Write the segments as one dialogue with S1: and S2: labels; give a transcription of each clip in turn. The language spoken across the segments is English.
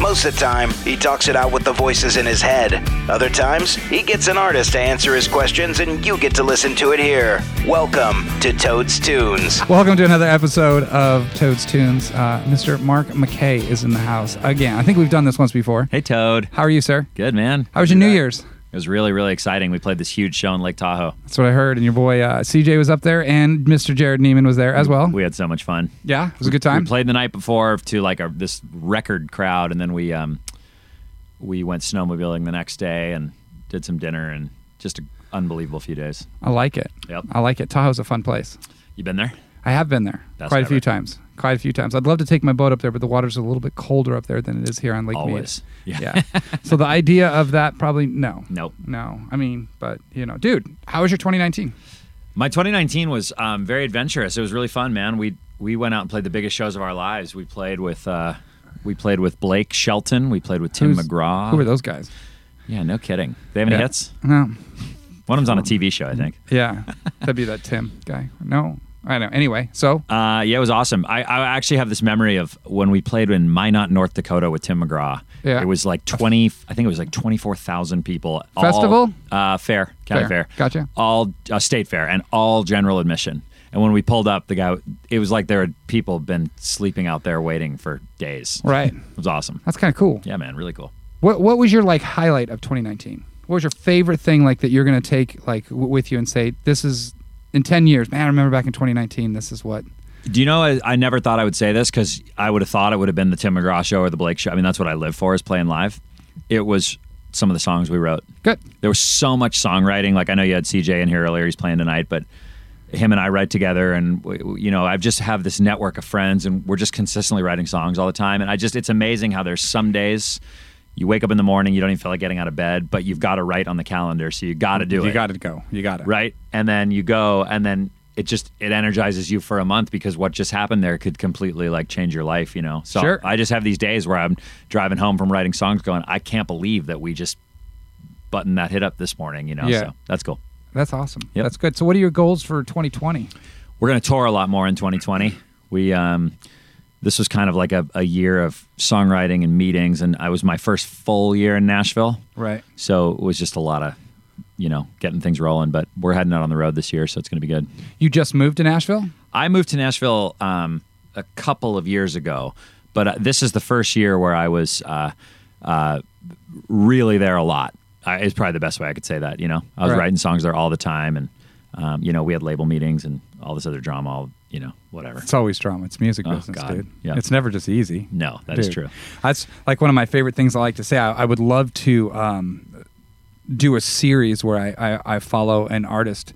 S1: Most of the time, he talks it out with the voices in his head. Other times, he gets an artist to answer his questions and you get to listen to it here. Welcome to Toad's Tunes.
S2: Welcome to another episode of Toad's Tunes. Uh, Mr. Mark McKay is in the house again. I think we've done this once before.
S3: Hey, Toad.
S2: How are you, sir?
S3: Good, man.
S2: How was your New Year's?
S3: It was really, really exciting. We played this huge show in Lake Tahoe.
S2: That's what I heard. And your boy uh, CJ was up there, and Mr. Jared Neiman was there as well.
S3: We had so much fun.
S2: yeah, it was a good time.
S3: We played the night before to like a, this record crowd, and then we um, we went snowmobiling the next day and did some dinner and just an unbelievable few days.
S2: I like it.
S3: Yep.
S2: I like it. Tahoe's a fun place.
S3: You been there?
S2: I have been there
S3: Best
S2: quite a few
S3: ever.
S2: times. Quite a few times. I'd love to take my boat up there, but the water's a little bit colder up there than it is here on Lake Mead.
S3: Always.
S2: Yeah. so the idea of that probably no.
S3: Nope.
S2: No. I mean, but you know, dude, how was your 2019?
S3: My 2019 was um, very adventurous. It was really fun, man. We we went out and played the biggest shows of our lives. We played with uh, we played with Blake Shelton. We played with Tim
S2: Who's-
S3: McGraw.
S2: Who were those guys?
S3: Yeah, no kidding. They have any
S2: Yeah.
S3: hits?
S2: No.
S3: One of them's on a TV show, I think.
S2: Yeah. That'd be that Tim guy. No. I know. Anyway, so
S3: Uh, yeah, it was awesome. I, I actually have this memory of when we played in Minot, North Dakota with Tim McGraw.
S2: Yeah.
S3: It was like 20, I think it was like 24,000 people. all-
S2: Festival?
S3: uh, fair, county
S2: Fair.
S3: fair.
S2: Gotcha.
S3: All uh, state fair and all general admission. And when we pulled up, the guy, it was like there had people been sleeping out there waiting for days.
S2: right.
S3: It was awesome.
S2: That's kind of cool.
S3: Yeah, man, really cool.
S2: What What was your like highlight of 2019? What was your favorite thing like that you're gonna take like w- with you and say this is in 10 years? Man, I remember back in 2019. This is what.
S3: Do you know? I, I never thought I would say this because I would have thought it would have been the Tim McGraw show or the Blake show. I mean, that's what I live for is playing live. It was some of the songs we wrote.
S2: Good.
S3: There was so much songwriting. Like I know you had CJ in here earlier. He's playing tonight, but him and I write together, and w- w- you know, I just have this network of friends, and we're just consistently writing songs all the time. And I just, it's amazing how there's some days. You wake up in the morning, you don't even feel like getting out of bed, but you've got to write on the calendar, so you got to do it
S2: You got to go. You got it.
S3: right and then you go and then it just it energizes you for a month because what just happened there could completely like change your life you know so
S2: Sure.
S3: i just have these days where i'm driving home from writing songs going i can't believe that we just buttoned that hit up this morning you know
S2: Yeah.
S3: so that's cool
S2: That's awesome.
S3: Yep.
S2: That's good. So, what are your goals for 2020?
S3: we're going to tour a lot more in 2020 we um this was kind of like a, a year of songwriting and meetings and i was my first full year in nashville
S2: Right.
S3: so it was just a lot of you know getting things rolling but we're heading out on the road this year so it's going to be good
S2: You just moved to Nashville.
S3: I moved to Nashville um, a couple of years ago, but uh, this is the first year where I was uh, uh, really there a lot. I, it's probably the best way I could say that. You know, I was
S2: Right.
S3: writing songs there all the time, and um, you know, we had label meetings and all this other drama. All you know, whatever.
S2: It's always drama. It's music
S3: Oh,
S2: business,
S3: God.
S2: dude.
S3: Yeah.
S2: It's never just easy.
S3: No, that is
S2: Dude.
S3: true.
S2: That's like one of my favorite things I like to say. I, I would love to um, do a series where I, I, I follow an artist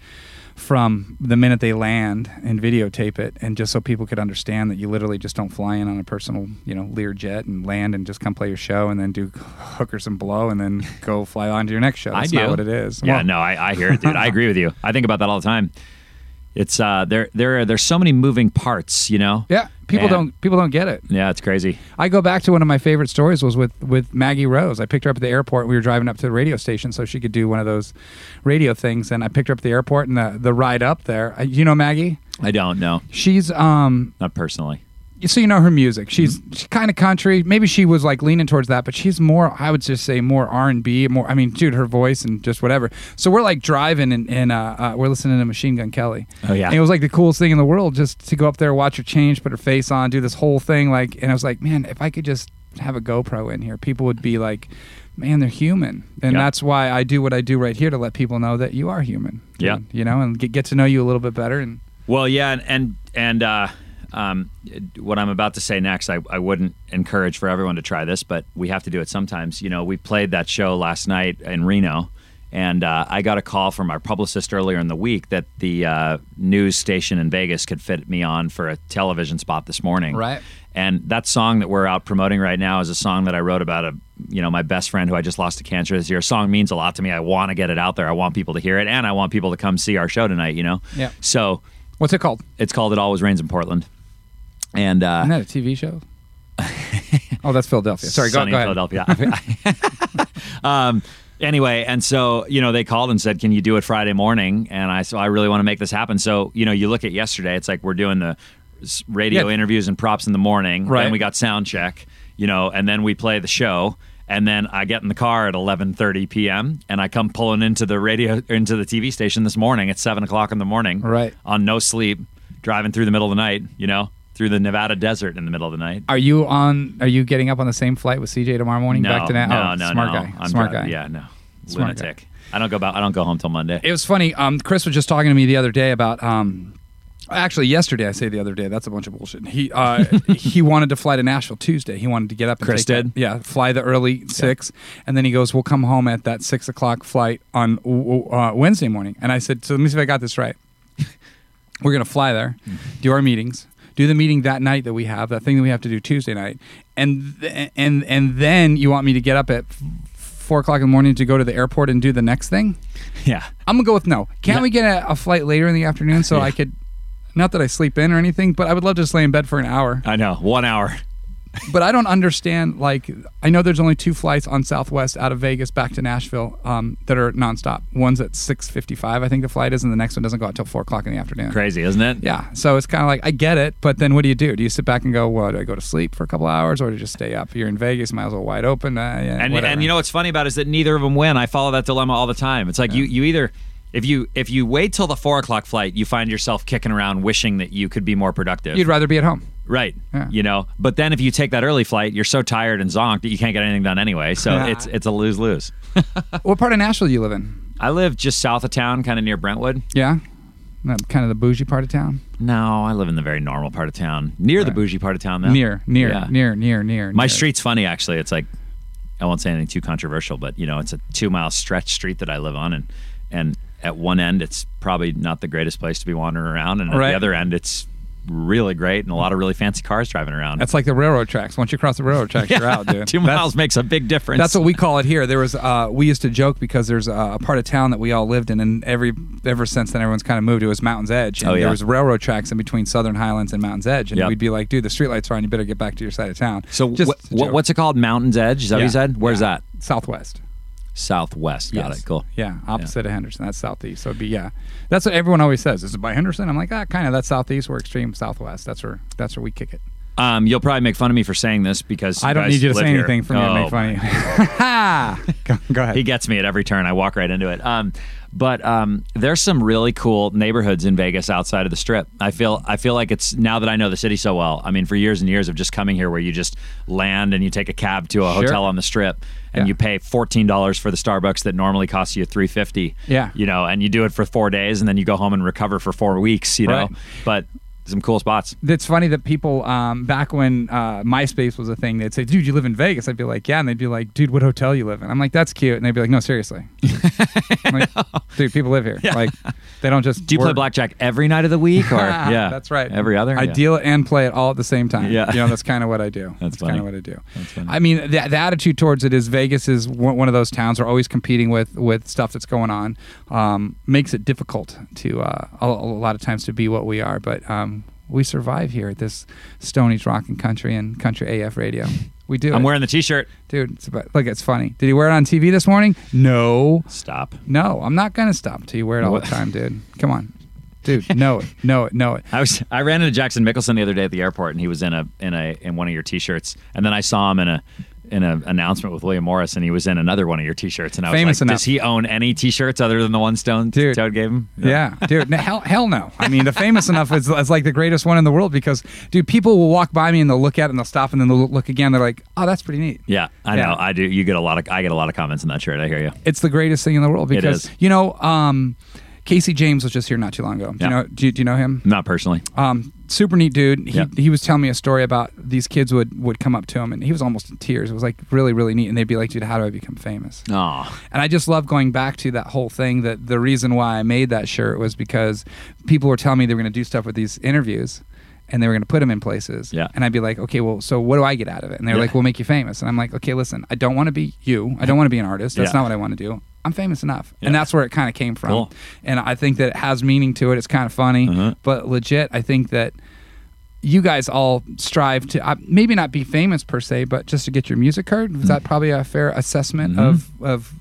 S2: from the minute they land and videotape it and just so people could understand that you literally just don't fly in on a personal you know lear jet and land and just come play your show and then do hookers and blow and then go fly on to your next show that's
S3: I do.
S2: not what it is
S3: Yeah,
S2: Well,
S3: no, I, I hear it, dude. I agree with you. I think about that all the time. It's uh, there, there, are, there's so many moving parts. You know.
S2: yeah people
S3: And-
S2: don't people don't get it
S3: Yeah, it's crazy.
S2: I go back to one of my favorite stories was with with Maggie Rose. I picked her up at the airport. We were driving up to the radio station so she could do one of those radio things, and I picked her up at the airport. And the the ride up there, uh, you know Maggie,
S3: I don't know,
S2: she's um,
S3: not personally.
S2: so you know her music. She's
S3: Mm-hmm.
S2: she's kind of country. Maybe she was like leaning towards that, but she's more. I would just say more R and B. More. I mean, dude, her voice and just whatever. So we're like driving and, and uh, uh, we're listening to Machine Gun Kelly.
S3: Oh, yeah.
S2: And it was like the coolest thing in the world just to go up there, watch her change, put her face on, do this whole thing. Like, and I was like, man, if I could just have a GoPro in here, people would be like, man, they're human, and
S3: Yeah.
S2: that's why I do what I do right here to let people know that you are human.
S3: Yeah.
S2: And, you know, and get, get to know you a little bit better. And
S3: Well, yeah, and and, and uh, um, what I'm about to say next, I, I wouldn't encourage for everyone to try this, but we have to do it sometimes. You know, we played that show last night in Reno, and uh, I got a call from our publicist earlier in the week that the uh, news station in Vegas could fit me on for a television spot this morning.
S2: Right.
S3: And that song that we're out promoting right now is a song that I wrote about a you know my best friend who I just lost to cancer this year. A song means a lot to me. I want to get it out there. I want people to hear it, and I want people to come see our show tonight. You know.
S2: Yeah.
S3: So
S2: what's it called?
S3: it's called "It Always Rains in Portland," and uh,
S2: Isn't that a TV show? oh, that's Philadelphia. Sorry, go,
S3: sunny
S2: go ahead.
S3: Philadelphia. um, anyway, and so you know they called and said, "Can you do it Friday morning?" And I so I really want to make this happen. So you know you look at yesterday. It's like we're doing the s- radio
S2: Yeah.
S3: interviews and props in the morning.
S2: Right.
S3: Then we got sound check. you know, and then we play the show. And then I get in the car at 11:30 p.m. and I come pulling into the radio into the TV station this morning at seven o'clock in the morning,
S2: Right.
S3: On no sleep, driving through the middle of the night, you know, through the Nevada desert in the middle of the night.
S2: Are you on? Are you getting up on the same flight with CJ tomorrow morning
S3: No,
S2: back to that?
S3: no,
S2: oh,
S3: no,
S2: smart
S3: no.
S2: guy,
S3: I'm
S2: smart
S3: dri-
S2: guy.
S3: Yeah, no,
S2: Smart guy.
S3: lunatic. I don't go about. I don't go home till Monday.
S2: It was funny. Um, Chris was just talking to me the other day about. Um, actually, yesterday I say the other day. That's a bunch of bullshit. He uh, he wanted to fly to Nashville Tuesday. He wanted to get up. And
S3: Chris
S2: take that-
S3: did?
S2: yeah, fly the early six, and then he goes, "We'll come home at that six o'clock flight on w- w- uh, Wednesday morning." And I said, "So let me see if I got this right. We're gonna fly there,
S3: Mm-hmm.
S2: do our meetings." Do the meeting that night that we have, that thing that we have to do Tuesday night, and th- and and then you want me to get up at f- four o'clock in the morning to go to the airport and do the next thing?
S3: yeah,
S2: I'm gonna go with no. Can not we get a, a flight later in the afternoon so I could? Not that I sleep in or anything, but I would love to just lay in bed for an hour.
S3: I know. One hour.
S2: But I don't understand. Like, I know there's only two flights on Southwest out of Vegas back to Nashville um, that are nonstop. One's at 6:55, I think the flight is, and the next one doesn't go out till four o'clock in the afternoon.
S3: Crazy, isn't it?
S2: Yeah, so it's kind of like I get it, but then what do you do? Do you sit back and go, "Well, do I go to sleep for a couple hours, or do I just stay up? You're in Vegas, might as well wide open." Uh, yeah,
S3: and
S2: whatever.
S3: and you know what's funny about it is that neither of them win. I follow that dilemma all the time. It's like you you either if you if you wait till the four o'clock flight, you find yourself kicking around wishing that you could be more productive.
S2: you'd rather be at home.
S3: right.
S2: Yeah.
S3: You know. But then if you take that early flight, you're so tired and zonked that you can't get anything done anyway. So it's it's a lose lose.
S2: what part of Nashville do you live in?
S3: I live just south of town, kind of near Brentwood.
S2: Yeah, Not kind of the bougie part of town.
S3: No, I live in the very normal part of town, near the bougie part of town. Though.
S2: Near, near,
S3: Oh. Yeah.
S2: near, near, near.
S3: My
S2: near.
S3: street's funny, actually. It's like I won't say anything too controversial, but you know, it's a two mile stretch street that I live on, and and at one end, it's probably not the greatest place to be wandering around, and at
S2: Right.
S3: the other end, it's really great and a lot of really fancy cars driving around.
S2: That's like the railroad tracks. Once you cross the railroad tracks, you're out, dude.
S3: two miles makes a big difference.
S2: That's what we call it here. There was uh, we used to joke because there's uh, a part of town that we all lived in, and every ever since then everyone's kind of moved. It was Mountains Edge, and
S3: Oh, yeah.
S2: there was railroad tracks in between Southern Highlands and Mountains Edge, and
S3: Yep.
S2: we'd be like, "Dude, the streetlights are on. You better get back to your side of town."
S3: So
S2: Just
S3: what,
S2: a
S3: what,
S2: joke.
S3: what's it called? Mountains Edge? Is that what you
S2: Yeah.
S3: said? Where's
S2: Yeah.
S3: that?
S2: Southwest.
S3: Southwest. Got
S2: Yes.
S3: it. Cool.
S2: Yeah, opposite of Henderson. That's southeast. So it'd be yeah. That's what everyone always says. Is it by Henderson? I'm like, ah, kind of. That's southeast. We're extreme southwest. That's where that's where we kick it.
S3: Um, you'll probably make fun of me for saying this because
S2: I don't
S3: guys
S2: need you to
S3: live
S2: say
S3: here.
S2: anything for me to
S3: Oh,
S2: make fun of you. Ha! go, go ahead.
S3: He gets me at every turn. I walk right into it. Um, but um, there's some really cool neighborhoods in Vegas outside of the Strip. I feel I feel like it's now that I know the city so well. I mean, for years and years of just coming here, where you just land and you take a cab to a
S2: Sure.
S3: hotel on the Strip, and
S2: Yeah.
S3: you pay fourteen dollars for the Starbucks that normally costs you three fifty.
S2: Yeah.
S3: you know, and you do it for four days, and then you go home and recover for four weeks. You
S2: Right.
S3: know, but some cool spots.
S2: it's funny that people um, back when uh, MySpace was a thing, they'd say, "Dude, you live in Vegas." I'd be like, "Yeah," and they'd be like, "Dude, what hotel you live in?" I'm like, "That's cute," and they'd be like, "No, seriously, I'm like, dude, people live here. Like, they don't just
S3: Do you play
S2: work."
S3: blackjack every night of the week, or yeah,
S2: that's right.
S3: every other?
S2: I
S3: Yeah.
S2: deal and play it all at the same time.
S3: Yeah.
S2: you know that's kind of what I do.
S3: That's
S2: kind
S3: funny.
S2: of what I do.
S3: That's funny.
S2: I mean, the, the attitude towards it is Vegas is one, one of those towns where always competing with with stuff that's going on. Um, makes it difficult to uh, a, a lot of times to be what we are, but um, we survive here at this Stone Age Rock and Country and Country AF Radio. We do.
S3: I'm
S2: it.
S3: wearing the t-shirt.
S2: dude. It's about, look, it's funny. Did he wear it on TV this morning? No.
S3: Stop.
S2: No, I'm not gonna stop till you wear it all the
S3: What?
S2: time, dude. Come on, dude. Know it, know it, know it.
S3: I was I ran into Jackson Mickelson the other day at the airport, and he was in a in a in one of your T-shirts, and then I saw him in a in an announcement with William Morris, and he was in another one of your T-shirts, and I was
S2: Famous
S3: like,
S2: enough.
S3: does he own any T-shirts other than the one Stone
S2: Dude.
S3: Toad gave him?
S2: Yeah, dude. No, hell, hell no. I mean, the famous enough is, is like the greatest one in the world because, dude, people will walk by me and they'll look at it and they'll stop and then they'll look again. They're like, oh, that's pretty neat.
S3: Yeah, I
S2: Yeah.
S3: know. I do. You get a lot of I get a lot of comments in that shirt. I hear you.
S2: It's the greatest thing in the world because,
S3: is.
S2: you know, um, Casey James was just here not too long ago. Do
S3: Yeah.
S2: you know? Do you, do you know him?
S3: Not personally.
S2: Um, super neat dude. He,
S3: Yeah.
S2: he was telling me a story about these kids would would come up to him and he was almost in tears. It was like really really neat and they'd be like, dude, how do I become famous?
S3: Oh,
S2: And I just love going back to that whole thing that the reason why I made that shirt was because people were telling me they were going to do stuff with these interviews and they were going to put them in places.
S3: Yeah.
S2: And I'd be like, okay, well, so what do I get out of it? And they were
S3: Yeah.
S2: like, we'll make you famous. And I'm like, okay, listen, I don't want to be you. I don't want to be an artist. That's
S3: Yeah.
S2: not what I want to do. I'm famous enough. And
S3: Yeah.
S2: that's where it kind of came from.
S3: Cool.
S2: And I think that it has meaning to it. It's kind of funny,
S3: Uh-huh.
S2: but legit, I think that you guys all strive to uh, maybe not be
S3: Mm-hmm.
S2: famous per se, but just to get your music heard. Is that probably a fair assessment of of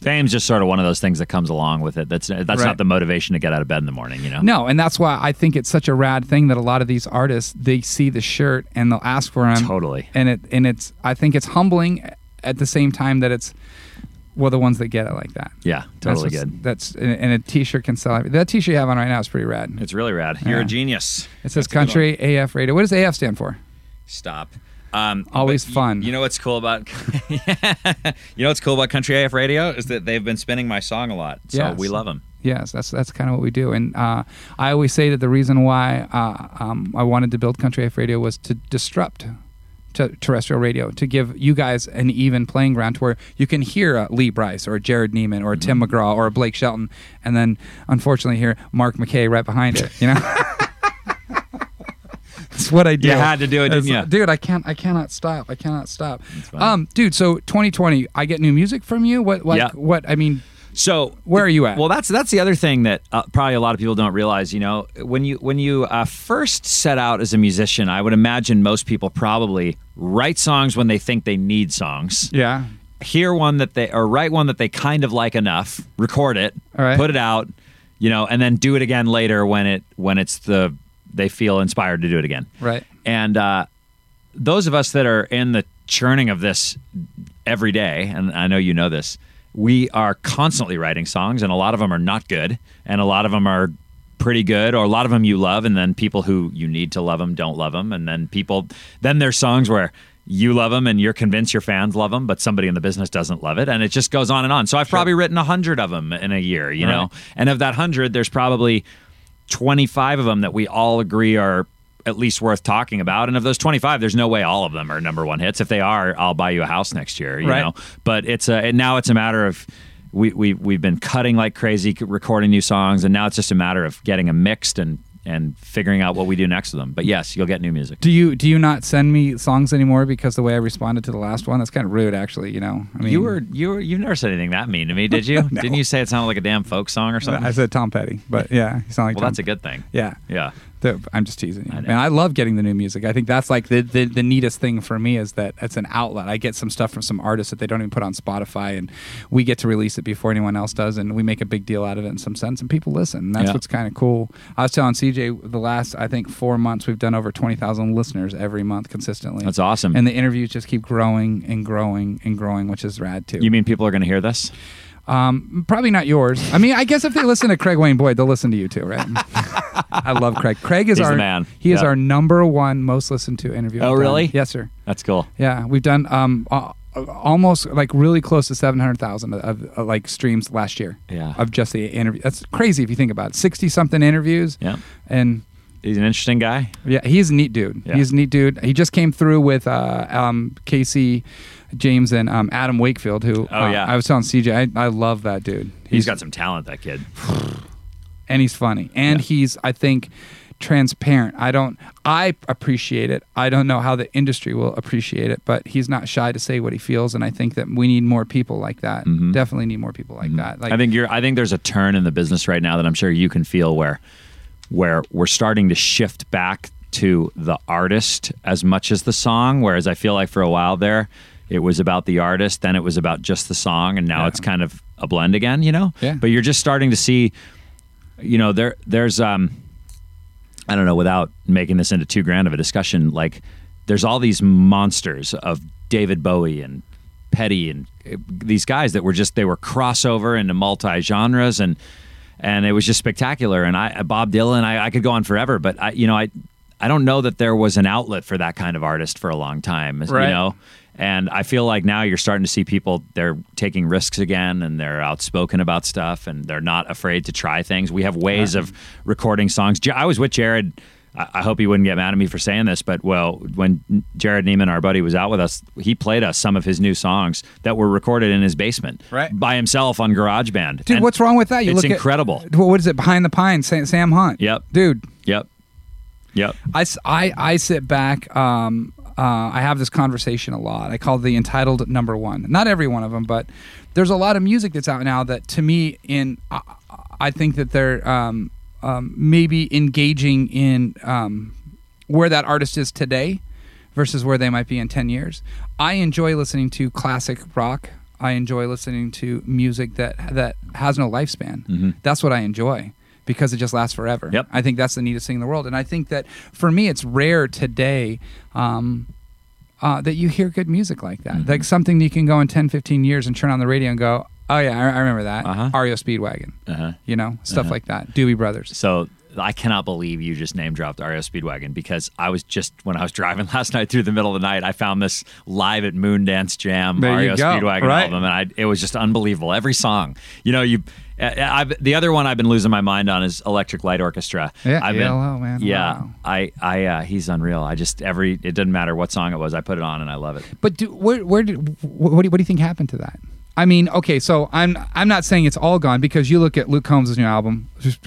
S3: Fame's just sort of one of those things that comes along with it. That's that's
S2: Right.
S3: not the motivation to get out of bed in the morning, you know.
S2: No, and that's why I think it's such a rad thing that a lot of these artists they see the shirt and they'll ask for them.
S3: Totally.
S2: And it and it's I think it's humbling at the same time that it's well the ones that get it like that.
S3: Yeah,
S2: That's
S3: totally
S2: what's-
S3: good.
S2: That's and, and a t-shirt can sell. every- That t-shirt you have on right now is pretty rad.
S3: It's really rad. You're
S2: Yeah.
S3: a genius.
S2: It says
S4: That's a good one.
S2: country AF radio. What does AF stand for?
S4: Stop. Um,
S2: Always
S4: but y-
S2: fun.
S4: You know what's cool about you know what's cool about Country AF Radio is that they've been spinning my song a lot, so
S2: Yes.
S4: we love them.
S2: Yes, that's that's kind of what we do. And uh, I always say that the reason why uh, um, I wanted to build Country AF Radio was to disrupt to terrestrial radio, to give you guys an even playing ground to where you can hear uh, Lee Bryce or Jared Neiman or Tim
S3: Mm-hmm.
S2: McGraw or Blake Shelton, and then unfortunately hear Mark McKay right behind it. You know. That's what I do.
S3: had to do it, didn't
S2: It's-
S3: you?
S2: Dude, I can't. I cannot stop. I cannot stop.
S3: fine.
S2: Um, dude. So 2020, I get new music from you. What? Like,
S3: Yeah.
S2: What? I mean,
S3: So
S2: Where are you at?
S3: Well, that's that's the other thing that uh, probably a lot of people don't realize. You know, when you when you uh, first set out as a musician, I would imagine most people probably write songs when they think they need songs.
S2: yeah.
S3: Hear one that they or write one that they kind of like enough, record it,
S2: All right.
S3: put it out, you know, and then do it again later when it when it's the they feel inspired to do it again.
S2: Right.
S3: And uh, those of us that are in the churning of this every day, and I know you know this, we are constantly writing songs, and a lot of them are not good, and a lot of them are pretty good, or a lot of them you love, and then people who you need to love them don't love them, and then people, then there's songs where you love them and you're convinced your fans love them, but somebody in the business doesn't love it, and it just goes on and on. So I've probably written a hundred of them in a year, you know, and of that hundred, there's probably 25 of them that we all agree are at least worth talking about. And of those 25, there's no way all of them are number one hits. If they are, I'll buy you a house next year, you
S2: Right.
S3: know? But it's a, and now it's a matter of, we, we, we've been cutting like crazy, recording new songs, and now it's just a matter of getting them mixed and, and figuring out what we do next with them. But yes, you'll get new music.
S2: Do you do you not send me songs anymore because the way I responded to the last one? That's kind of rude, actually. You know, I mean,
S3: You were, you were, you never said anything that mean to me, did you? Didn't you say it sounded like a damn folk song or something?
S2: I said Tom Petty, but yeah, you sound like
S3: well,
S2: Tom-
S3: that's a good thing.
S2: yeah.
S3: Yeah.
S2: The- I'm just teasing you,
S3: I know.
S2: and I love getting the new music. I think that's like the, the the neatest thing for me is that it's an outlet. I get some stuff from some artists that they don't even put on Spotify, and we get to release it before anyone else does, and we make a big deal out of it in some sense, and people listen. And that's
S3: Yeah.
S2: what's kind of cool. I was telling CJ the last I think four months we've done over twenty thousand listeners every month consistently.
S3: That's awesome.
S2: and the interviews just keep growing and growing and growing, which is rad too.
S3: you mean people are going to hear this?
S2: um, probably not yours. I mean, I guess if they listen to Craig Wayne Boyd, they'll listen to you too, right? I love Craig. Craig is
S3: He's
S2: our
S3: the man.
S2: He is
S3: Yeah.
S2: our number one most listened to interview.
S3: Oh,
S2: we've done.
S3: really?
S2: Yes, sir.
S3: That's cool.
S2: Yeah, we've done um a- almost like really close to seven hundred thousand of, of like streams last year.
S3: Yeah.
S2: of just the interview. That's crazy if you think about it. Sixty something interviews.
S3: Yeah.
S2: and
S3: He's an interesting guy.
S2: yeah, he's a neat dude.
S3: Yeah.
S2: He's a neat dude. He just came through with uh, um, Casey James and um, Adam Wakefield, who
S3: Oh,
S2: uh,
S3: yeah.
S2: I was telling CJ, I, I love that dude.
S3: He's got some talent, that kid.
S2: and he's funny and he's I think transparent. I don't I appreciate it. I don't know how the industry will appreciate it, but he's not shy to say what he feels, and I think that we need more people like that. Definitely need more people like that. Like
S3: Mm-hmm. I think you're. I think there's a turn in the business right now that I'm sure you can feel where, where we're starting to shift back to the artist as much as the song. Whereas I feel like for a while there, it was about the artist, then it was about just the song, and now it's kind of a blend again. You know.
S2: Yeah.
S3: But you're just starting to see, you know, there there's um, I don't know, without making this into two grand of a discussion, like there's all these monsters of David Bowie and Petty and uh, these guys that were just they were crossover into multi genres and and it was just spectacular. And I Bob Dylan, I, I could go on forever, but I you know I I don't know that there was an outlet for that kind of artist for a long time.
S2: Right.
S3: You know, and I feel like now you're starting to see people, they're taking risks again and they're outspoken about stuff and they're not afraid to try things. We have ways of recording songs. Ja- I was with Jared. I I hope he wouldn't get mad at me for saying this, but well, when Jared Neiman, our buddy, was out with us, he played us some of his new songs that were recorded in his basement
S2: Right.
S3: by himself on GarageBand.
S2: dude,
S3: And
S2: what's wrong with that? You
S3: it's
S2: look
S3: incredible.
S2: At, what is it? Behind the Pines, Sam, Sam Hunt.
S3: Yep.
S2: dude.
S3: Yep. Yep.
S2: I, s- I- I sit back. Um, uh, I have this conversation a lot. I call the entitled number one. Not every one of them, but there's a lot of music that's out now that, to me, in I, I think that they're um, um, maybe engaging in um, where that artist is today versus where they might be in 10 years. I enjoy listening to classic rock. I enjoy listening to music that that has no lifespan. That's what I enjoy because it just lasts forever.
S3: Mm-hmm. Yep.
S2: I think that's the neatest thing in the world, and I think that for me, it's rare today. Um, uh, that you hear good music like that,
S3: Mm-hmm.
S2: like something that you can go in 10, 15 years and turn on the radio and go, oh yeah, I, I remember that.
S3: Uh-huh.
S2: REO Speedwagon,
S3: Uh-huh.
S2: you know, stuff like that. Doobie Brothers.
S3: So I cannot believe you just name dropped REO Speedwagon because I was just when I was driving last night through the middle of the night, I found this live at Moon Dance Jam
S2: There you
S3: REO
S2: go,
S3: Speedwagon
S2: right.
S3: album, and I, it was just unbelievable. Every song, you know, you. I, I've, the other one I've been losing my mind on is Electric Light Orchestra.
S2: Yeah,
S3: I've been-
S2: ELO, man,
S3: Yeah,
S2: wow.
S3: I, I, uh, he's unreal. I just every it doesn't matter what song it was, I put it on and I love it.
S2: But do, where where did wh- what do you, what do you think happened to that? I mean, okay, so I'm I'm not saying it's all gone because you look at Luke Combs' new album. just-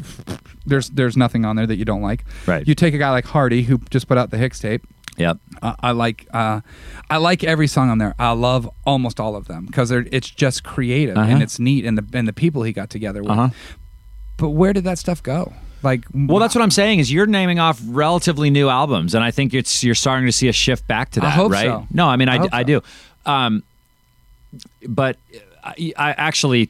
S2: There's there's nothing on there that you don't like.
S3: Right.
S2: You take a guy like Hardy who just put out the Hicks tape.
S3: Yep.
S2: Uh, I like uh, I like every song on there. I love almost all of them because it's just creative
S3: Uh-huh.
S2: and it's neat and the and the people he got together with.
S3: Uh-huh.
S2: But where did that stuff go? Like,
S3: Well, that's what I'm saying is you're naming off relatively new albums, and I think it's you're starting to see a shift back to
S2: I
S3: that,
S2: hope
S3: right?
S2: so.
S3: No, I mean I,
S2: I hope
S3: I
S2: so.
S3: do, um, but I, I actually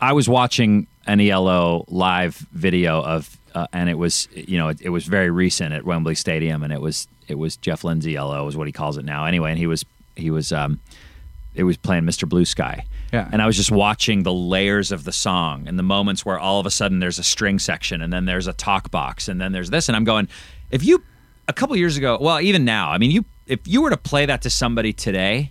S3: I was watching an ELO live video of, uh, and it was you know it, it was very recent at Wembley Stadium, and it was it was Jeff Lindsay ELO is what he calls it now anyway, and he was he was um, it was playing Mr. Blue Sky,
S2: Yeah.
S3: and I was just watching the layers of the song and the moments where all of a sudden there's a string section and then there's a talk box and then there's this and I'm going, if you a couple years ago, well even now, I mean you if you were to play that to somebody today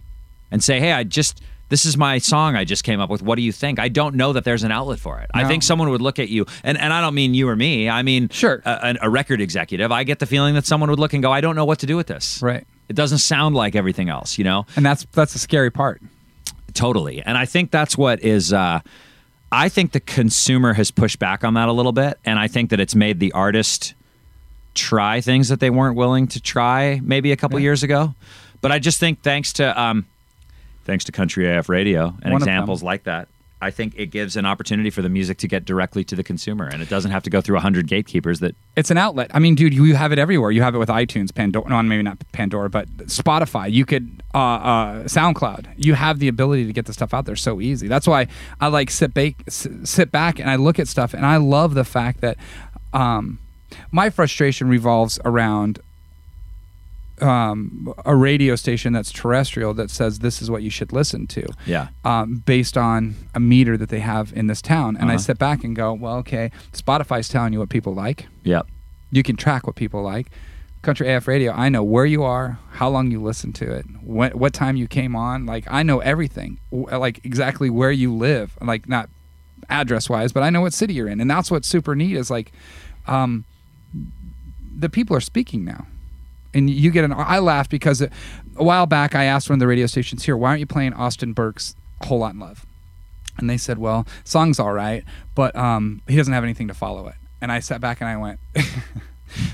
S3: and say, hey, I just this is my song I just came up with. What do you think? I don't know that there's an outlet for it. I
S2: No.
S3: think someone would look at you, and, and I don't mean you or me. I mean
S2: Sure.
S3: a, a- a record executive. I get the feeling that someone would look and go, I don't know what to do with this.
S2: Right.
S3: It doesn't sound like everything else, you know
S2: and that's that's the scary part.
S3: totally and i think that's what is uh i think the consumer has pushed back on that a little bit and i think that it's made the artist try things that they weren't willing to try maybe a couple years ago but i just think thanks to um thanks to country af radio and
S2: One of them.
S3: examples like that i think it gives an opportunity for the music to get directly to the consumer and it doesn't have to go through 100 gatekeepers that
S2: It's an outlet. I mean, dude, you have it everywhere. You have it with iTunes, Pandora. No, maybe not Pandora, but Spotify. You could uh, uh, SoundCloud. You have the ability to get the stuff out there so easy. That's why I like sit back, sit back, and I look at stuff, and I love the fact that um, my frustration revolves around um, a radio station that's terrestrial that says this is what you should listen to.
S3: Yeah.
S2: Um, based on a meter that they have in this town, and I sit back and go, well, okay, Spotify's telling you what people like.
S3: yeah
S2: You can track what people like. Country AF Radio, I know where you are, how long you listened to it, what what time you came on. Like I know everything, w- uh, like exactly where you live, like not address wise, but I know what city you're in, and that's what's super neat. Is like, um, the people are speaking now, and you get an. I laugh because a while back I asked one of the radio stations here, why aren't you playing Austin Burke's "Whole Lot in Love"? And they said, "Well, song's all right, but um, he doesn't have anything to follow it." And I sat back and I went,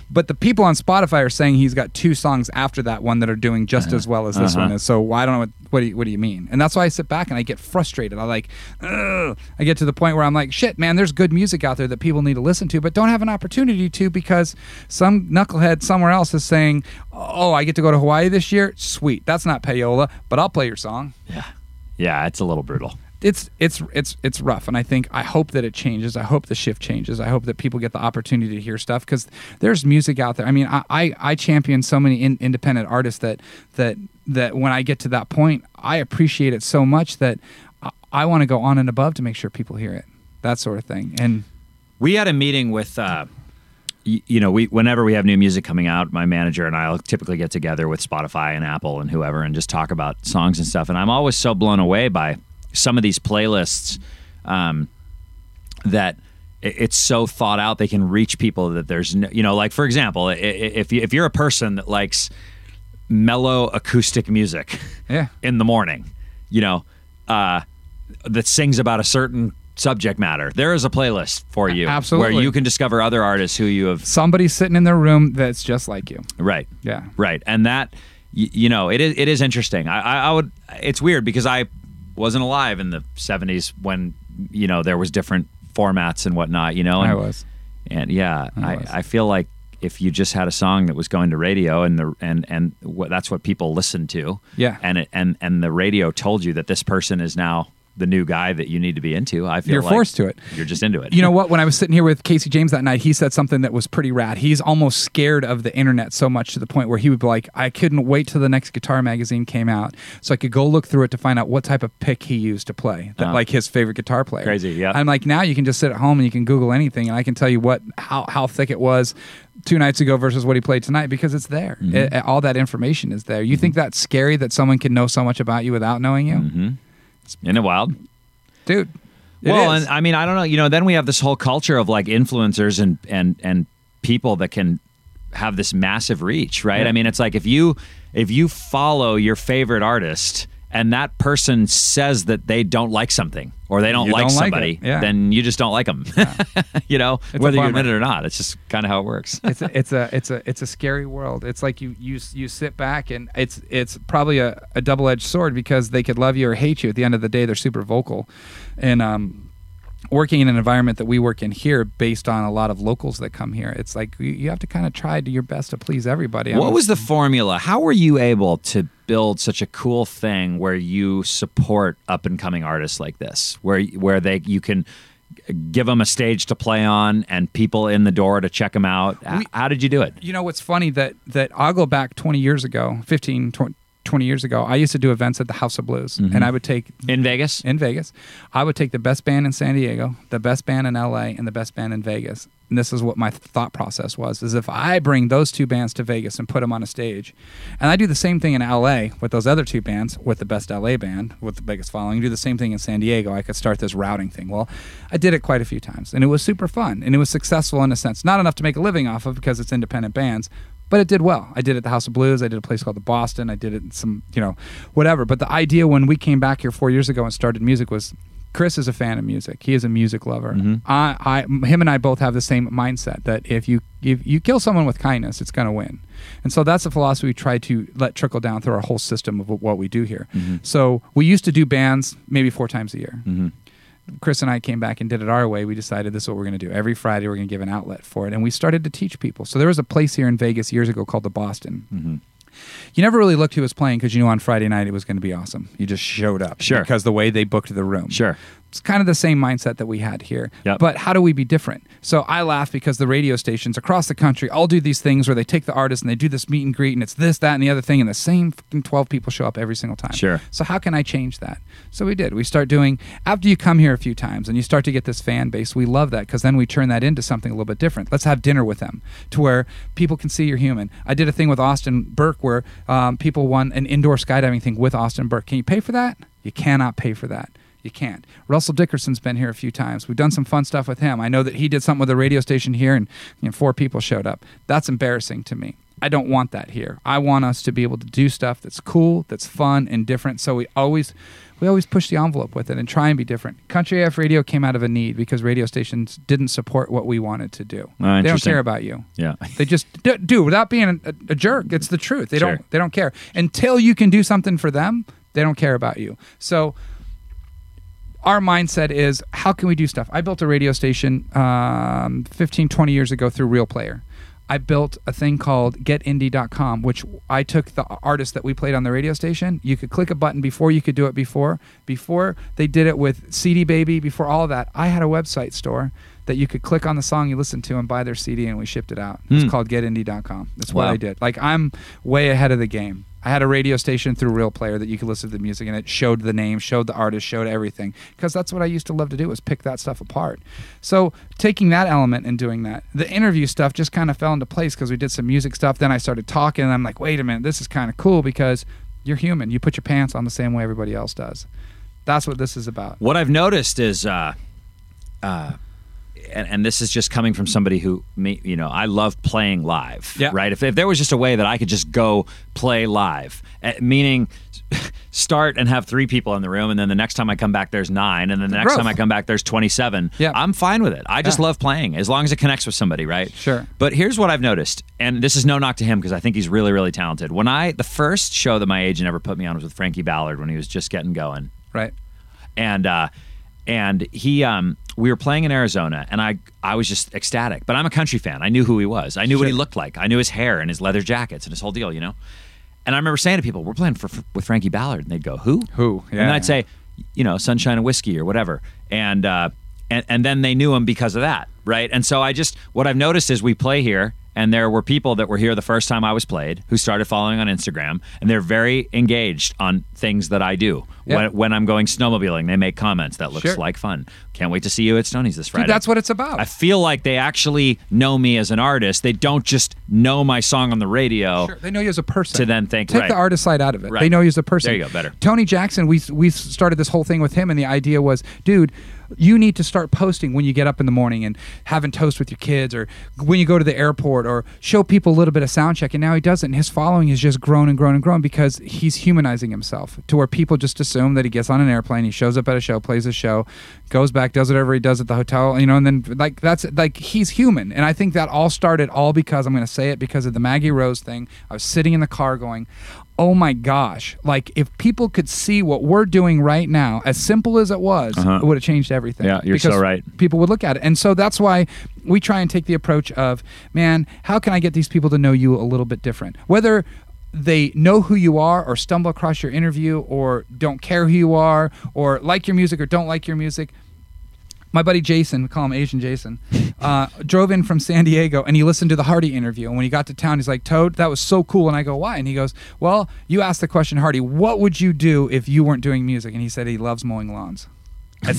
S2: "But the people on Spotify are saying he's got two songs after that one that are doing just as well as this one is. So why don't know what what do, you, what do you mean?" And that's why I sit back and I get frustrated. I like, Ugh. I get to the point where I'm like, "Shit, man, there's good music out there that people need to listen to, but don't have an opportunity to because some knucklehead somewhere else is saying, "Oh, I get to go to Hawaii this year. Sweet, that's not payola, but I'll play your song."
S3: yeah it's a little brutal
S2: it's it's it's it's rough and i think i hope that it changes i hope the shift changes i hope that people get the opportunity to hear stuff because there's music out there i mean i i, I champion so many in, independent artists that that that when i get to that point i appreciate it so much that i, I want to go on and above to make sure people hear it that sort of thing and
S3: we had a meeting with uh, y- you know we whenever we have new music coming out my manager and i'll typically get together with spotify and apple and whoever and just talk about songs and stuff and i'm always so blown away by some of these playlists um, that i- it's so thought out they can reach people that there's no, you know like for example i- i- if, you, if you're a person that likes mellow acoustic music
S2: Yeah.
S3: in the morning, you know, uh, that sings about a certain subject matter. There is a playlist for you
S2: Absolutely.
S3: where you can discover other artists who you have
S2: somebody's sitting in their room that's just like you
S3: right.
S2: Yeah.
S3: Right. And that y- you know, it is it is interesting. I, I, I would it's weird because I wasn't alive in the 70s when you know there was different formats and whatnot, you know. And,
S2: I was.
S3: And yeah, I,
S2: was.
S3: I feel like if you just had a song that was going to radio and the and and wh- that's what people listened to.
S2: Yeah.
S3: And it, and and the radio told you that this person is now the new guy that you need to be into. I feel
S2: You're
S3: like
S2: forced to it.
S3: You're just into it.
S2: You know what? When I was sitting here with Casey James that night, he said something that was pretty rad. He's almost scared of the internet so much to the point where he would be like, I couldn't wait till the next guitar magazine came out so I could go look through it to find out what type of pick he used to play, that, like his favorite guitar player.
S3: Crazy, yeah.
S2: I'm like, now you can just sit at home and you can Google anything, and I can tell you what how, how thick it was two nights ago versus what he played tonight because it's there.
S3: Mm-hmm.
S2: It- all that information is there. You think that's scary that someone can know so much about you without knowing you?
S3: Mm-hmm. in a wild.
S2: Dude. it
S3: Well,
S2: is.
S3: and I mean, I don't know. You know, then we have this whole culture of like influencers and and and people that can have this massive reach, right? I mean, it's like if you if you follow your favorite artist and that person says that they don't like something or they don't
S2: You
S3: like
S2: don't like
S3: somebody,
S2: it, yeah.
S3: then you just don't like them. you know,
S2: a
S3: whether you admit it
S2: bummer.
S3: or not, it's just kind of how it works.
S2: it's a, it's a it's a it's a scary world. It's like you you you sit back and it's it's probably a, a double edged sword because they could love you or hate you. At the end of the day, they're super vocal, and um, working in an environment that we work in here, based on a lot of locals that come here, it's like you, you have to kind of try to your best to please everybody. I
S3: What
S2: mean,
S3: was the formula? How were you able to build such a cool thing where you support up and coming artists like this, where where they you can give them a stage to play on and people in the door to check them out? H-
S2: We-
S3: How did you do it?
S2: you know what's funny that that I'll go back 20 years ago, 15 20, 20 years ago. I used to do events at the House of Blues,
S3: Mm-hmm.
S2: and I would take
S3: In Vegas?
S2: in Vegas. I would take the best band in San Diego, the best band in LA, and the best band in Vegas. And this is what my thought process was: is if I bring those two bands to Vegas and put them on a stage, and I do the same thing in LA with those other two bands, with the best LA band, with the biggest following, do the same thing in San Diego, I could start this routing thing. Well, I did it quite a few times, and it was super fun, and it was successful in a sense. Not enough to make a living off of because it's independent bands, but it did well. I did it at the House of Blues. I did a place called the Boston. I did it in some, you know, whatever. But the idea when we came back here four years ago and started music was, Chris is a fan of music. He is a music lover. I, I, him and I both have the same mindset that if you if you kill someone with kindness, it's going to win. And so that's the philosophy we try to let trickle down through our whole system of what we do here. So we used to do bands maybe four times a year. Chris and I came back and did it our way. We decided this is what we're going to do. Every Friday, we're going to give an outlet for it. And we started to teach people. So there was a place here in Vegas years ago called the Boston.
S3: Mm-hmm.
S2: You never really looked who was playing because you knew on Friday night it was going to be awesome. You just showed up.
S3: Sure.
S2: Because the way they booked the room.
S3: Sure.
S2: It's kind of the same mindset that we had here.
S3: Yep.
S2: But how do we be different? So I laugh because the radio stations across the country all do these things where they take the artist and they do this meet and greet and it's this, that, and the other thing, and the same fucking 12 people show up every single time.
S3: Sure.
S2: So how can I change that? So we did. We start doing after you come here a few times and you start to get this fan base. We love that because then we turn that into something a little bit different. Let's have dinner with them to where people can see you're human. I did a thing with Austin Burke where um, people won an indoor skydiving thing with Austin Burke. Can you pay for that? You cannot pay for that. You can't. Russell Dickerson's been here a few times. We've done some fun stuff with him. I know that he did something with a radio station here, and you know, four people showed up. That's embarrassing to me. I don't want that here. I want us to be able to do stuff that's cool, that's fun and different. So we always we always push the envelope with it and try and be different. Country AF radio came out of a need because radio stations didn't support what we wanted to do.
S3: Ah,
S2: they don't
S3: interesting.
S2: care about you.
S3: Yeah.
S2: They just do, do without being a, a jerk. It's the truth. They
S3: Sure.
S2: don't they don't care. Until you can do something for them, they don't care about you. So our mindset is how can we do stuff? I built a radio station um, 15, 20 years ago through Real Player. I built a thing called getindie.com, which I took the artists that we played on the radio station. You could click a button before you could do it before. Before they did it with CD Baby, before all of that, I had a website store that you could click on the song you listened to and buy their CD and we shipped it out. It's called getindie.com. That's what
S3: Wow.
S2: I did. Like I'm way ahead of the game. I had a radio station through Real Player that you could listen to the music and it showed the name, showed the artist, showed everything because that's what I used to love to do was pick that stuff apart. So taking that element and doing that, the interview stuff just kind of fell into place because we did some music stuff. Then I started talking and I'm like, wait a minute, this is kind of cool because you're human. You put your pants on the same way everybody else does. That's what this is about.
S3: What I've noticed is, uh, uh, and, and this is just coming from somebody who, me, you know, I love playing live.
S2: Yeah.
S3: Right. If, if there was just a way that I could just go play live, eh, meaning start and have three people in the room, and then the next time I come back, there's nine, and then the next
S2: Growth.
S3: time I come back, there's 27.
S2: Yeah.
S3: I'm fine with it. I just
S2: Yeah.
S3: love playing as long as it connects with somebody, right?
S2: Sure.
S3: But here's what I've noticed, and this is no knock to him because I think he's really, really talented. When I, the first show that my agent ever put me on was with Frankie Ballard when he was just getting going
S2: Right.
S3: and uh, and he um we were playing in Arizona and I I was just ecstatic. But I'm a country fan. I knew who he was. I knew what he looked like. I knew his hair and his leather jackets and his whole deal, you know. And I remember saying to people, "We're playing for, for- with Frankie Ballard." And they'd go, "Who?"
S2: Who?
S3: And then
S2: Yeah.
S3: I'd say, you know, Sunshine and Whiskey or whatever. And uh and and then they knew him because of that, right? And so I just what I've noticed is we play here and there were people that were here the first time I was played who started following on Instagram and they're very engaged on things that I do.
S2: Yeah.
S3: When when I'm going snowmobiling, they make comments that looks
S2: Sure.
S3: like fun. Can't wait to see you at Stoney's this Friday.
S2: Dude, that's what it's about.
S3: I feel like they actually know me as an artist. They don't just know my song on the radio.
S2: Sure. They know you as a person.
S3: To then think,
S2: take
S3: right.
S2: the artist side out of it.
S3: Right.
S2: They know you as a person.
S3: There you go, better.
S2: Tony Jackson, we we started this whole thing with him, and the idea was, dude, you need to start posting when you get up in the morning and having toast with your kids, or when you go to the airport, or show people a little bit of sound check. And now he does it, and his following has just grown and grown and grown because he's humanizing himself to where people just assume that he gets on an airplane, he shows up at a show, plays a show, goes back, does whatever he does at the hotel, you know, and then like that's like he's human. And I think that all started all because I'm going to say it because of the Maggie Rose thing. I was sitting in the car going, oh my gosh, like if people could see what we're doing right now, as simple as it was, it would have changed everything.
S3: Uh-huh. Yeah, you're so
S2: Because
S3: right.
S2: People would look at it. And so that's why we try and take the approach of, man, how can I get these people to know you a little bit different? Whether they know who you are or stumble across your interview or don't care who you are or like your music or don't like your music. My buddy Jason, we call him Asian Jason, uh, drove in from San Diego and he listened to the Hardy interview. And when he got to town, he's like, Toad, that was so cool. And I go, why? And he goes, well, you asked the question, Hardy, what would you do if you weren't doing music? And he said he loves mowing lawns.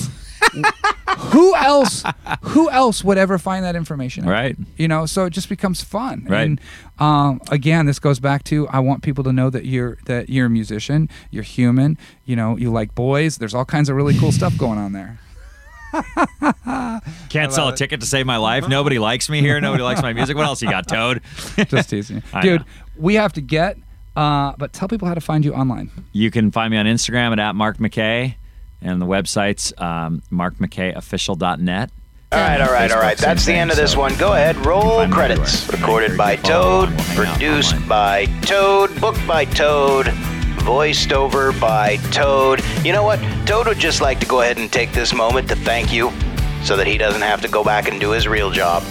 S2: who else who else would ever find that information out?
S3: Right.
S2: you know so it just becomes fun
S3: Right.
S2: and um, again this goes back to i want people to know that you're that you're a musician you're human you know you like boys there's all kinds of really cool stuff going on there
S3: Can't sell a ticket to save my
S2: Uh-huh.
S3: life. Nobody likes me here. Nobody likes my music. What else you got, Toad?
S2: just teasing you.
S3: I
S2: dude
S3: know.
S2: we have to get uh, but tell people how to find you online
S3: you can find me on Instagram at, at Mark McKay and the website's um, markmckayofficial.net.
S1: All right, all right, all right. That's the end of this one. Go ahead, roll credits. Recorded by Toad, produced by Toad, booked by Toad, voiced over by Toad. You know what? Toad would just like to go ahead and take this moment to thank you so that he doesn't have to go back and do his real job.